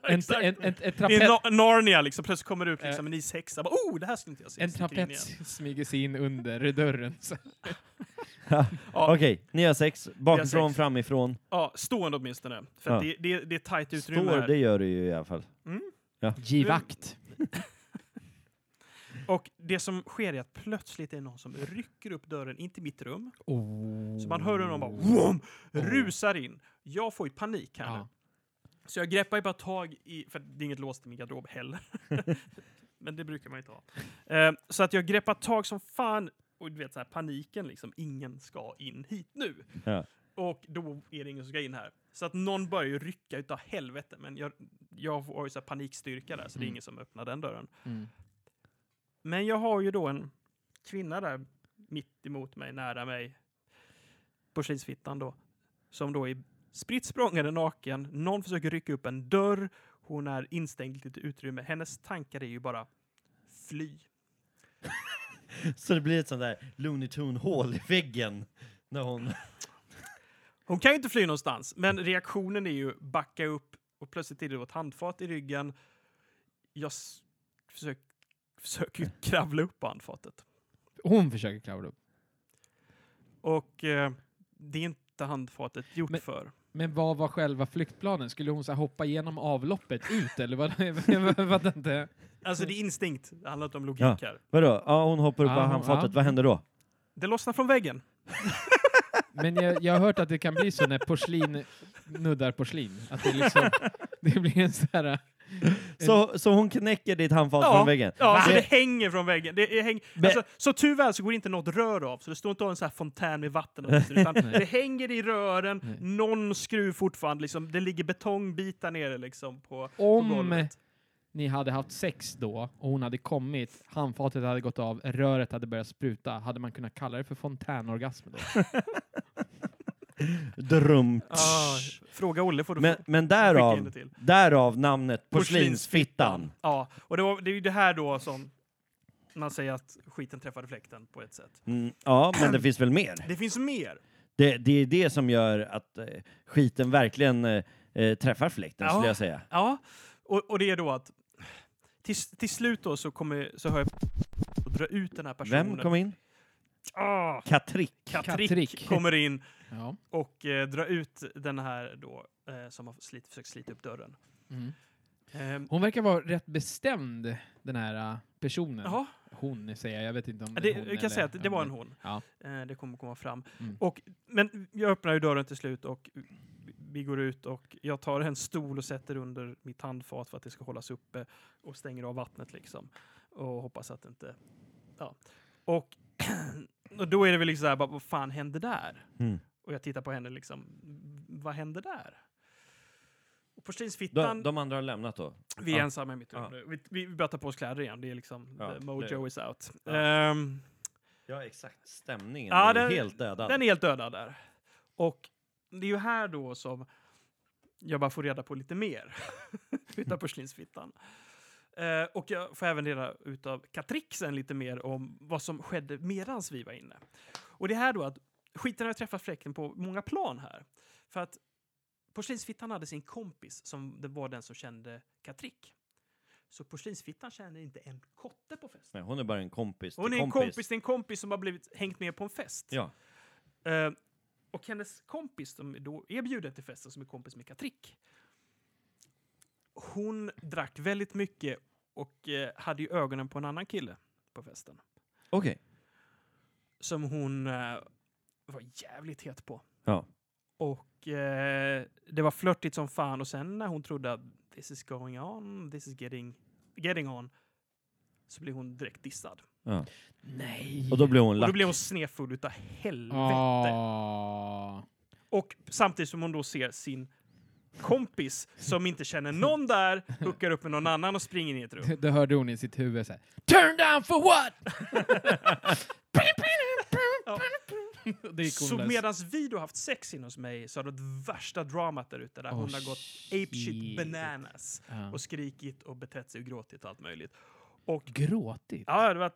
Speaker 5: En,
Speaker 1: Exakt.
Speaker 5: en, en, en,
Speaker 1: Det är
Speaker 5: trapet, Eh.
Speaker 1: Na- Narnia liksom, plötsligt kommer det ut liksom en ishäxa. Bara, Oh, det här skulle inte jag se.
Speaker 5: en
Speaker 1: Sticker in
Speaker 5: trapet
Speaker 1: igen.
Speaker 5: smyger sig in under dörren. Så.
Speaker 1: Ja.
Speaker 4: Okej, ni har sex. Bakifrån,
Speaker 1: sex.
Speaker 4: framifrån.
Speaker 1: Ja, stående åtminstone. För att
Speaker 4: Ja.
Speaker 1: det, det, det är tajt utrymme
Speaker 4: Står,
Speaker 1: här.
Speaker 4: det gör du ju i alla fall.
Speaker 5: Givakt.
Speaker 1: Och det som sker är att plötsligt är det någon som rycker upp dörren in till mitt rum.
Speaker 5: Oh.
Speaker 1: Så man hör hur någon bara vroom, rusar in. Jag får ju panik här nu.
Speaker 5: Ja.
Speaker 1: Så jag greppar ju bara tag i, för det är inget låst i min garderob heller. Men det brukar man ju inte ha. Eh, så att jag greppar tag som fan Och du vet så här, paniken liksom, ingen ska in hit nu.
Speaker 4: Ja.
Speaker 1: Och då är det ingen som ska in här. Så att någon börjar ju rycka utav helvete, men jag, jag har ju så här panikstyrka där, så det är
Speaker 5: Mm.
Speaker 1: ingen som öppnar den dörren.
Speaker 5: Mm.
Speaker 1: Men jag har ju då en kvinna där mitt emot mig, nära mig, på kisfittan då, som då är spritt språngande naken. Någon försöker rycka upp en dörr. Hon är instängd i ett litet utrymme. Hennes tankar är ju bara fly.
Speaker 4: Så det blir ett sånt där Looney Tune-hål i väggen. När hon...
Speaker 1: Hon kan ju inte fly någonstans, men reaktionen är ju backa upp och plötsligt är det då ett handfat i ryggen. Jag s- försök, försöker ju kravla upp på handfatet.
Speaker 5: Hon försöker kravla upp.
Speaker 1: Och eh, det är inte handfatet gjort
Speaker 5: Men-
Speaker 1: för.
Speaker 5: Men vad var själva flyktplanen? Skulle hon så här hoppa igenom avloppet ut eller vad? jag fattar inte.
Speaker 1: Alltså det är instinkt, det handlar inte om logik
Speaker 4: Mm. Ja.
Speaker 1: här.
Speaker 4: Vadå? Ja, hon hoppar upp
Speaker 5: Ja,
Speaker 4: på
Speaker 5: hon-
Speaker 4: handfatet.
Speaker 5: ja.
Speaker 4: Vad händer då?
Speaker 1: Det lossnar från väggen.
Speaker 5: Men jag, jag har hört att det kan bli så när porslin nuddar porslin. Att det, liksom, det blir en så här...
Speaker 4: Så, så hon knäcker ditt handfat från väggen?
Speaker 1: ja så
Speaker 4: Det-
Speaker 1: det hänger från väggen. Det är häng...
Speaker 4: Men-
Speaker 1: alltså, så tyvärr så går inte något rör av, så det står inte av en sån här fontän med vatten. och sånt, Utan
Speaker 5: Nej.
Speaker 1: det hänger i rören,
Speaker 5: Nej.
Speaker 1: någon skruv fortfarande, liksom, det ligger betongbitar nere liksom på, på
Speaker 5: Om
Speaker 1: golvet.
Speaker 5: ni hade haft sex då och hon hade kommit, handfatet hade gått av, röret hade börjat spruta, hade man kunnat kalla det för fontänorgasm då?
Speaker 4: Drum.
Speaker 1: Ah, fråga Olle får du
Speaker 4: Men,
Speaker 1: få-
Speaker 4: men
Speaker 1: skicka in det
Speaker 4: därav,
Speaker 1: till.
Speaker 4: därav namnet
Speaker 1: Porslinsfittan.
Speaker 4: Porslinsfittan.
Speaker 1: Ja, och det, var, det är ju det här då som man säger att skiten träffade fläkten på ett sätt.
Speaker 4: Mm, ja, men det finns väl mer?
Speaker 1: Det finns mer.
Speaker 4: Det, det är det som gör att eh, skiten verkligen eh, eh, träffar fläkten,
Speaker 1: Ja.
Speaker 4: skulle jag säga.
Speaker 1: Ja, och, och det är då att till, till slut då så, kommer, så hör jag och dra ut den här personen.
Speaker 4: Vem kom in?
Speaker 1: Ah,
Speaker 4: Katrick.
Speaker 1: Katrick,
Speaker 5: Katrick.
Speaker 1: kommer in
Speaker 5: Ja.
Speaker 1: och eh, drar ut den här då eh, som har slit, försökt slita upp dörren.
Speaker 5: Mm.
Speaker 1: Ehm,
Speaker 5: Hon verkar vara rätt bestämd, den här äh, personen.
Speaker 1: Jaha,
Speaker 5: Hon säger jag, jag vet inte om det
Speaker 1: det,
Speaker 5: är hon
Speaker 1: vi
Speaker 5: eller-
Speaker 1: kan säga att det
Speaker 5: ja,
Speaker 1: var en
Speaker 5: men-
Speaker 1: hon.
Speaker 5: Ja.
Speaker 1: Eh, det kommer komma fram.
Speaker 5: Mm.
Speaker 1: Och, men jag öppnar ju dörren till slut och vi går ut och jag tar en stol och sätter under mitt handfat för att det ska hållas uppe och stänger av vattnet liksom. Och hoppas att det inte... Ja. Och, och då är det väl liksom så här, bara, vad fan hände där?
Speaker 4: Mm.
Speaker 1: Och jag tittar på henne liksom, vad hände där? Och porslinsfittan,
Speaker 4: De, de andra har lämnat då?
Speaker 1: vi är
Speaker 4: ja.
Speaker 1: ensamma i mitt rum
Speaker 4: Ja.
Speaker 1: nu. Vi, vi börjar ta på oss kläder igen, det är liksom,
Speaker 4: Ja,
Speaker 1: the mojo
Speaker 4: det-
Speaker 1: is out.
Speaker 4: Ja.
Speaker 1: Ehm,
Speaker 4: Ja, exakt. Stämningen
Speaker 1: Ja,
Speaker 4: är
Speaker 1: den-
Speaker 4: helt dödad.
Speaker 1: Den är helt dödad där. Och det är ju här då som jag bara får reda på lite mer utav
Speaker 4: Mm.
Speaker 1: porslinsfittan. Eh, och jag får även reda utav Katrixen lite mer om vad som skedde medans vi var inne. Och det är här då att skiten har träffat fläkten på många plan här. För att porslinsfittan hade sin kompis som det var den som kände Katrick. Så porslinsfittan känner inte en kotte på festen.
Speaker 4: Nej, hon är bara en kompis till
Speaker 1: Hon är en
Speaker 4: kompis.
Speaker 1: kompis till en kompis som har blivit hängt med på en fest.
Speaker 4: Ja.
Speaker 1: Eh, och hennes kompis, som då är bjuden till festen, som är kompis med Katrick. Hon drack väldigt mycket och eh, hade ju ögonen på en annan kille på festen.
Speaker 4: Okej.
Speaker 1: Som hon eh, var jävligt het på.
Speaker 4: Ja.
Speaker 1: Och eh, det var flörtigt som fan och sen när hon trodde att this is going on, this is getting, getting on. Så blev hon direkt dissad.
Speaker 4: Ja.
Speaker 5: Nej!
Speaker 4: Och då blir hon
Speaker 1: Och då
Speaker 4: lack.
Speaker 1: blev hon snedfull utav helvete.
Speaker 5: Ah.
Speaker 1: Och samtidigt som hon då ser sin kompis som inte känner någon där, hookar upp med någon annan och springer in i ett rum.
Speaker 5: Det hörde hon i sitt huvud så här. Turn down for what? det gick hon
Speaker 1: Så
Speaker 5: lös.
Speaker 1: medan vi då haft sex in hos mig så har det värsta dramat där ute där
Speaker 5: Oh,
Speaker 1: hon har gått ape shit bananas
Speaker 5: Ja.
Speaker 1: och skrikit och betett sig och gråtit och allt möjligt. Och
Speaker 5: Gråtit?
Speaker 1: ja, det var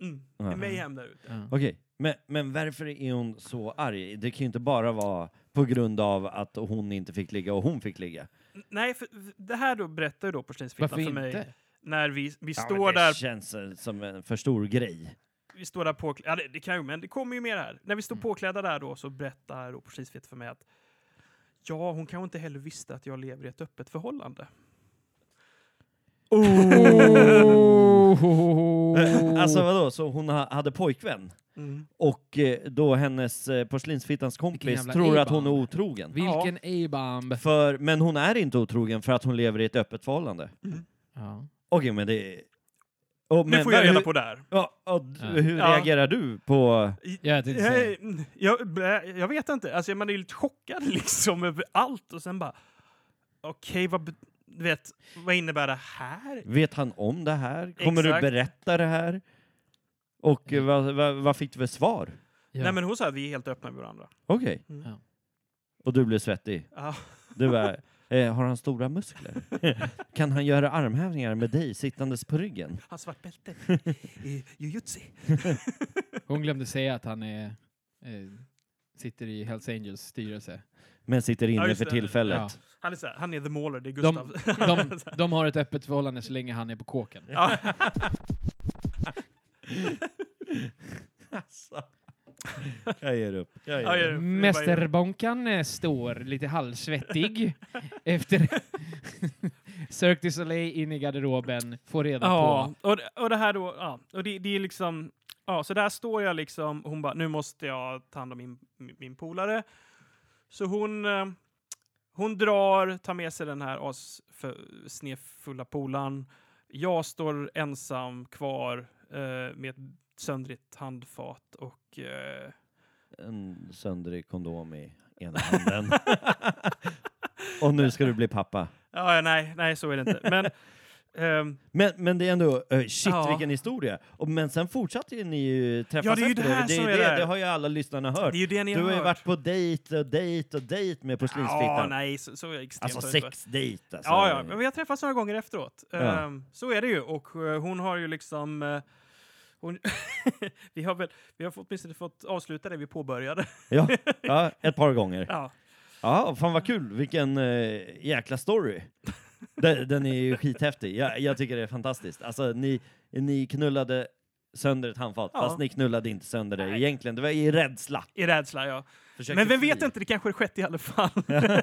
Speaker 1: mm,
Speaker 4: Ja.
Speaker 1: mayhem där ute.
Speaker 5: Ja.
Speaker 4: Okej, men, men varför är hon så arg? Det kan ju inte bara vara på grund av att hon inte fick ligga och hon fick ligga.
Speaker 1: N- Nej, för, för det här då berättar ju då
Speaker 5: Varför
Speaker 1: porslinsfittan för mig
Speaker 5: inte?
Speaker 1: när vi, vi
Speaker 4: Ja, men
Speaker 1: står
Speaker 4: det
Speaker 1: där
Speaker 4: känns eh, som en för stor grej.
Speaker 1: vi står där påklädda, ja, det, det kan ju, men det kommer ju mer här. När vi står påklädda där då så berättar då porslinsfittan för mig att ja, hon kanske inte heller visste att jag lever i ett öppet förhållande.
Speaker 5: Oh.
Speaker 4: Alltså vadå, så hon ha, hade pojkvän? Och eh, då hennes eh, porslinsfittans kompis
Speaker 5: jävla
Speaker 4: tror att
Speaker 5: Ivan.
Speaker 4: hon är otrogen.
Speaker 5: Vilken A-bomb!
Speaker 4: För, men hon är inte otrogen för att hon lever i ett öppet förhållande.
Speaker 5: Ja.
Speaker 4: Okej, men det... Okej, Och,
Speaker 1: Nu
Speaker 4: men
Speaker 1: får jag
Speaker 4: vad-
Speaker 1: reda
Speaker 4: hur-
Speaker 1: på det här.
Speaker 4: Ja, ja, d-
Speaker 5: Ja.
Speaker 4: Hur
Speaker 1: Ja.
Speaker 4: reagerar du på...
Speaker 5: Jag tänkte säga.
Speaker 1: Jag, mm, jag, blä- jag vet inte. Alltså, man är ju lite chockad liksom över allt och sen bara... Okej, vad, be- du vet, vad innebär det här?
Speaker 4: Vet han om det här? Kommer
Speaker 1: Exakt.
Speaker 4: du berätta det här? Och eh, vad, vad, vad fick du för svar?
Speaker 5: Ja.
Speaker 1: Nej, men hon sa att vi är helt öppna med varandra.
Speaker 4: Okej.
Speaker 1: Mm.
Speaker 5: Ja.
Speaker 4: Och du blev svettig.
Speaker 1: Ja.
Speaker 4: Du bara, eh, har han stora muskler? kan han göra armhävningar med dig sittandes på ryggen?
Speaker 1: Har svart bälte i Eh, jujutsu.
Speaker 5: Hon glömde säga att han är, eh, sitter i Hells Angels styrelse.
Speaker 4: Men sitter inne
Speaker 1: Ja, just
Speaker 4: för
Speaker 1: det.
Speaker 4: tillfället.
Speaker 5: Ja.
Speaker 1: Han är, så här, han är the mauler, det är
Speaker 5: De-
Speaker 1: Gustav.
Speaker 5: De, de har ett öppet förhållande så länge han är på kåken.
Speaker 1: ja.
Speaker 4: Jag ger upp. Jag
Speaker 1: Ja,
Speaker 4: ger
Speaker 1: jag
Speaker 4: upp.
Speaker 1: gör det.
Speaker 5: Mästerbonkan eh, står lite halvsvettig efter Cirque du Soleil in i garderoben, får reda
Speaker 1: Ja,
Speaker 5: på...
Speaker 1: och, det- och det här då, ja, och det, det är liksom, ja, så där står jag liksom, hon bara, nu måste jag ta hand om min, min, min polare. Så hon, eh, hon drar, tar med sig den här as för- snedfulla polaren. Jag står ensam kvar eh, med ett söndrigt handfat och eh,
Speaker 4: En söndrig kondom i ena handen. Och nu ska du bli pappa.
Speaker 1: ja, nej, nej, så är det inte. Men ehm,
Speaker 4: Men, men det är ändå, eh, shit
Speaker 1: Ja.
Speaker 4: vilken historia. Och, men sen fortsatte ju ni ju träffas
Speaker 1: Ja, det är ju
Speaker 4: efter
Speaker 1: det här
Speaker 4: det,
Speaker 1: som
Speaker 4: det,
Speaker 1: är det här.
Speaker 4: det har ju alla lyssnarna hört.
Speaker 1: det är ju det ni
Speaker 4: Du har ju
Speaker 1: hört.
Speaker 4: varit på dejt och dejt och dejt med
Speaker 1: Ja,
Speaker 4: porslinsfittan.
Speaker 1: nej, så, så är jag extremt
Speaker 4: alltså
Speaker 1: har det inte varit.
Speaker 4: sexdejt alltså.
Speaker 1: Ja, ja, men vi har träffats några gånger efteråt.
Speaker 4: Ja.
Speaker 1: Ehm, så är det ju. Och eh, hon har ju liksom... eh, hon vi har väl vi har fått, åtminstone fått avsluta det vi påbörjade.
Speaker 4: Ja, ja, ett par gånger.
Speaker 1: ja.
Speaker 4: Ja, fan vad kul. Vilken eh, jäkla story. Den, den är ju skithäftig. Jag, jag tycker det är fantastiskt. Alltså, ni, ni knullade sönder ett handfat,
Speaker 1: Ja.
Speaker 4: fast ni knullade inte sönder det egentligen. Det var i rädsla.
Speaker 1: I rädsla, ja.
Speaker 4: Försökte
Speaker 1: Men vem
Speaker 4: fly.
Speaker 1: vet inte, det kanske är skett i alla fall.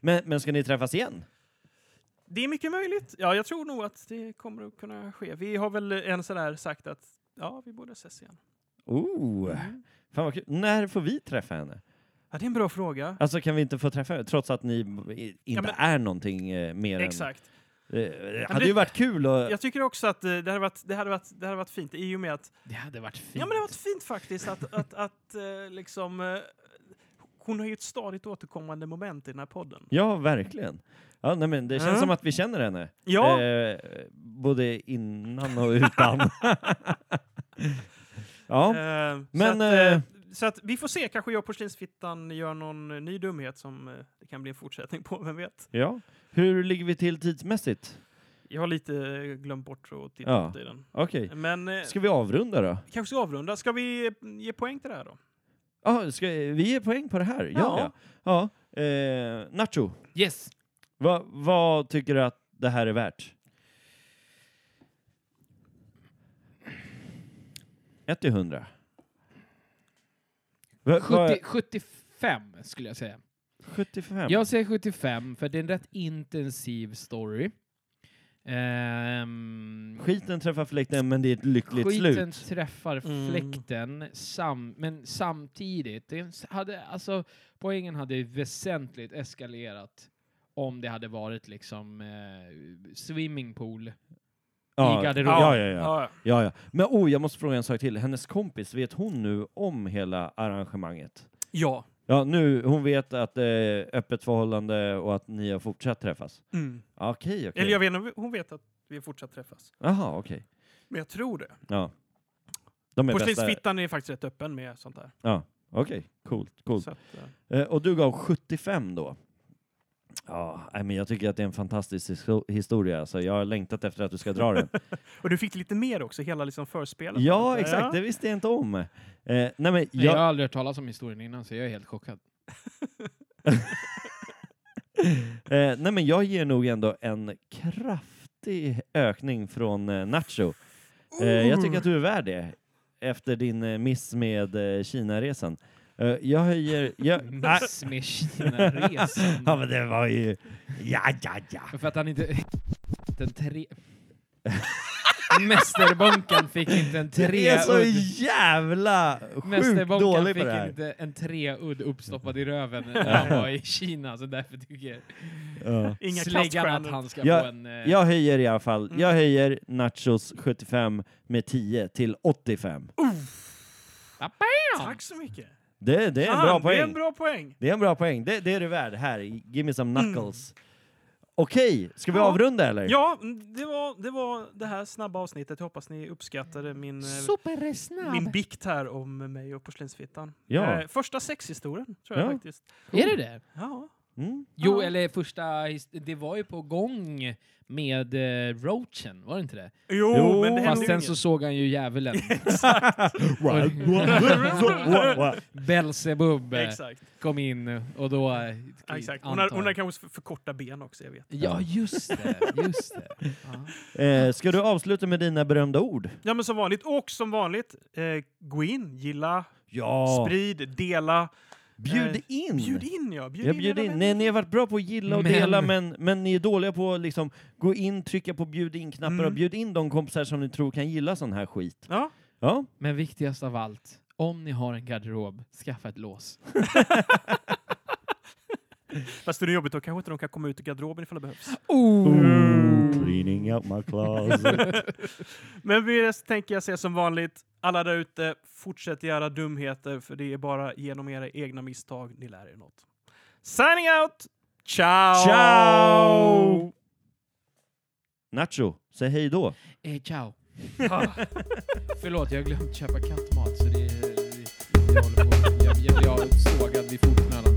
Speaker 4: men, men ska ni träffas igen?
Speaker 1: det är mycket möjligt. Ja, jag tror nog att det kommer att kunna ske. Vi har väl en sån här sagt att ja, vi borde ses igen.
Speaker 4: Oh,
Speaker 1: Mm.
Speaker 4: fan vad kul. När får vi träffa henne?
Speaker 1: Ja, det är en bra fråga.
Speaker 4: Alltså kan vi inte få träffa henne trots att ni b- i- inte
Speaker 1: Ja, men-
Speaker 4: är någonting eh, mer
Speaker 1: Exakt.
Speaker 4: än... Eh, Det
Speaker 1: men
Speaker 4: hade
Speaker 1: det-
Speaker 4: ju varit kul att...
Speaker 1: Jag tycker också att eh, det hade varit, det hade varit, det hade varit fint i och med att
Speaker 5: Det hade varit fint.
Speaker 1: Ja, men det var fint faktiskt att, att, att eh, liksom... eh, Hon har ju ett stadigt återkommande moment i den här podden.
Speaker 4: Ja, verkligen. Ja, nej, men det känns
Speaker 1: Ja.
Speaker 4: som att vi känner henne.
Speaker 1: Ja.
Speaker 4: Eh, både innan och utan. ja,
Speaker 1: Eh,
Speaker 4: Men,
Speaker 1: så, att, eh,
Speaker 4: eh,
Speaker 1: så att vi får se, kanske jag och porslinsfittan gör någon eh, ny dumhet som eh, det kan bli en fortsättning på, vem vet?
Speaker 4: ja. Hur ligger vi till tidsmässigt?
Speaker 1: Jag har lite eh, glömt bort att titta
Speaker 4: Ja.
Speaker 1: på tiden.
Speaker 4: Okej.
Speaker 1: Men eh,
Speaker 4: Ska vi avrunda då?
Speaker 1: kanske ska avrunda. Ska vi eh, ge poäng till det här då?
Speaker 4: Ja, ska vi ge poäng på det här? Ja. ja. ja. Eh, Nacho,
Speaker 5: Yes!
Speaker 4: vad, vad tycker du att det här är värt? 1 till 100. Va, va,
Speaker 5: 70, 75 skulle jag säga.
Speaker 4: 75?
Speaker 5: Jag säger 75 för det är en rätt intensiv story. Ehm,
Speaker 4: Skiten träffar fläkten men det är ett lyckligt
Speaker 5: skiten
Speaker 4: slut.
Speaker 5: träffar
Speaker 1: Mm.
Speaker 5: fläkten, sam, men samtidigt, det s- hade, alltså, poängen hade väsentligt eskalerat om det hade varit liksom eh, swimmingpool.
Speaker 4: Ja,
Speaker 5: garderoben.
Speaker 4: ja, ja, ja. ja, ja. Men oh, jag måste fråga en sak till. Hennes kompis, vet hon nu om hela arrangemanget?
Speaker 1: ja.
Speaker 4: Ja, nu, hon vet att det är öppet förhållande och att ni har fortsatt träffas.
Speaker 1: Mm.
Speaker 4: Ja, Okej,
Speaker 1: Eller jag
Speaker 4: okej.
Speaker 1: vet inte, hon vet att vi fortsatt träffas.
Speaker 4: Jaha, okej.
Speaker 1: Men jag tror det.
Speaker 4: Ja. De är bästa...
Speaker 1: Porslinsfittan är faktiskt rätt öppen med sånt där.
Speaker 4: Ja, okej. Coolt, coolt.
Speaker 1: Så att, eh,
Speaker 4: Eh, och du gav 75 då? Ja, nej, men jag tycker att det är en fantastisk histo- historia. Alltså, jag har längtat efter att du ska dra den.
Speaker 1: Och du fick lite mer också, hela liksom förspelet.
Speaker 4: ja, exakt. Det visste jag inte om. Eh, nej, men
Speaker 5: Jag... jag
Speaker 4: jag...
Speaker 5: har aldrig hört talas om historien innan så jag är helt chockad.
Speaker 4: Eh, nej, men jag ger nog ändå en kraftig ökning från eh, Nacho. Eh, jag tycker att du är värd det efter din eh, miss med eh, Kina-resan. Eh, jag höjer... Jag, Ah,
Speaker 5: Miss med Kina-resan.
Speaker 4: ja, men det var ju... Ja, ja, ja.
Speaker 5: För att han inte... Den tre... Mästerbunken fick inte en
Speaker 4: Det är
Speaker 5: trea
Speaker 4: så
Speaker 5: udd.
Speaker 4: jävla sjukt
Speaker 5: Mästerbunken
Speaker 4: dålig på
Speaker 5: fick
Speaker 4: det här.
Speaker 5: inte en trea udd uppstoppad i röven när han var i Kina, så därför tycker jag
Speaker 4: Ja.
Speaker 1: Inga
Speaker 5: släggan
Speaker 1: kaststjärnor.
Speaker 5: att han ska
Speaker 4: Jag-
Speaker 5: få en... eh,
Speaker 4: Jag höjer i alla fall.
Speaker 1: Mm.
Speaker 4: Jag höjer Nachos 75 med 10 till 85.
Speaker 1: Tack så mycket.
Speaker 4: Det, det är en
Speaker 1: Fan,
Speaker 4: bra
Speaker 1: Det är
Speaker 4: poäng.
Speaker 1: en bra poäng.
Speaker 4: Det är en bra poäng. Det, det är du värd. Här, give me some knuckles. Okej, ska vi
Speaker 1: Mm. Ja.
Speaker 4: avrunda eller?
Speaker 1: Ja, mm, det var, det var det här snabba avsnittet. Jag hoppas ni uppskattade min, eh,
Speaker 3: Supersnabb.
Speaker 1: min bikt här om mig och porslinsfittan.
Speaker 4: Ja.
Speaker 1: Eh, första sexhistorien, tror jag
Speaker 4: Ja.
Speaker 1: faktiskt.
Speaker 5: Är det det?
Speaker 1: Ja.
Speaker 4: Mm.
Speaker 5: Jo,
Speaker 1: Ja.
Speaker 5: eller första... his- Det var ju på gång med eh, Roachen, var det inte det?
Speaker 1: Jo,
Speaker 4: Jo,
Speaker 1: men det hände
Speaker 5: Fast
Speaker 1: ju
Speaker 5: sen
Speaker 1: inget.
Speaker 5: så såg han ju djävulen. Belzebub eh,
Speaker 1: Exakt.
Speaker 5: kom in och då... eh,
Speaker 1: Exakt. Hon,
Speaker 5: antar
Speaker 1: har, hon har
Speaker 5: jag.
Speaker 1: kanske för, för korta ben också, jag vet.
Speaker 5: Ja, just det. Just det.
Speaker 4: Eh, ska du avsluta med dina berömda ord?
Speaker 1: Ja, men som vanligt. Och som vanligt, eh, gå in, gilla,
Speaker 4: Ja,
Speaker 1: sprid, dela.
Speaker 4: bjud
Speaker 1: Eh,
Speaker 4: in!
Speaker 1: Bjud in, ja. Bjud
Speaker 4: Jag
Speaker 1: in
Speaker 4: bjud
Speaker 1: era
Speaker 4: in.
Speaker 1: vänner.
Speaker 4: Ni, ni har varit bra på att gilla och
Speaker 5: Men-
Speaker 4: dela, men, men ni är dåliga på att liksom gå in, trycka på bjud in-knappar
Speaker 1: Mm.
Speaker 4: och bjud in de kompisar som ni tror kan gilla sån här skit.
Speaker 1: Ja.
Speaker 4: Ja,
Speaker 5: Men viktigast av allt, om ni har en garderob, skaffa ett lås.
Speaker 1: Fast det är jobbigt, då kanske inte de kan komma ut ur garderoben ifall det behövs. Oh.
Speaker 4: Cleaning out my closet.
Speaker 1: Men vi tänker jag säga som vanligt, alla där ute, fortsätt göra dumheter för det är bara genom era egna misstag ni lär er något. Signing out! Ciao!
Speaker 4: Ciao! Nacho, säg hej då.
Speaker 3: Eh, ciao.
Speaker 5: Förlått, jag har glömt köpa kattmat så det, det, det håller på. Jag, jag, jag såg att vi fotknölarna.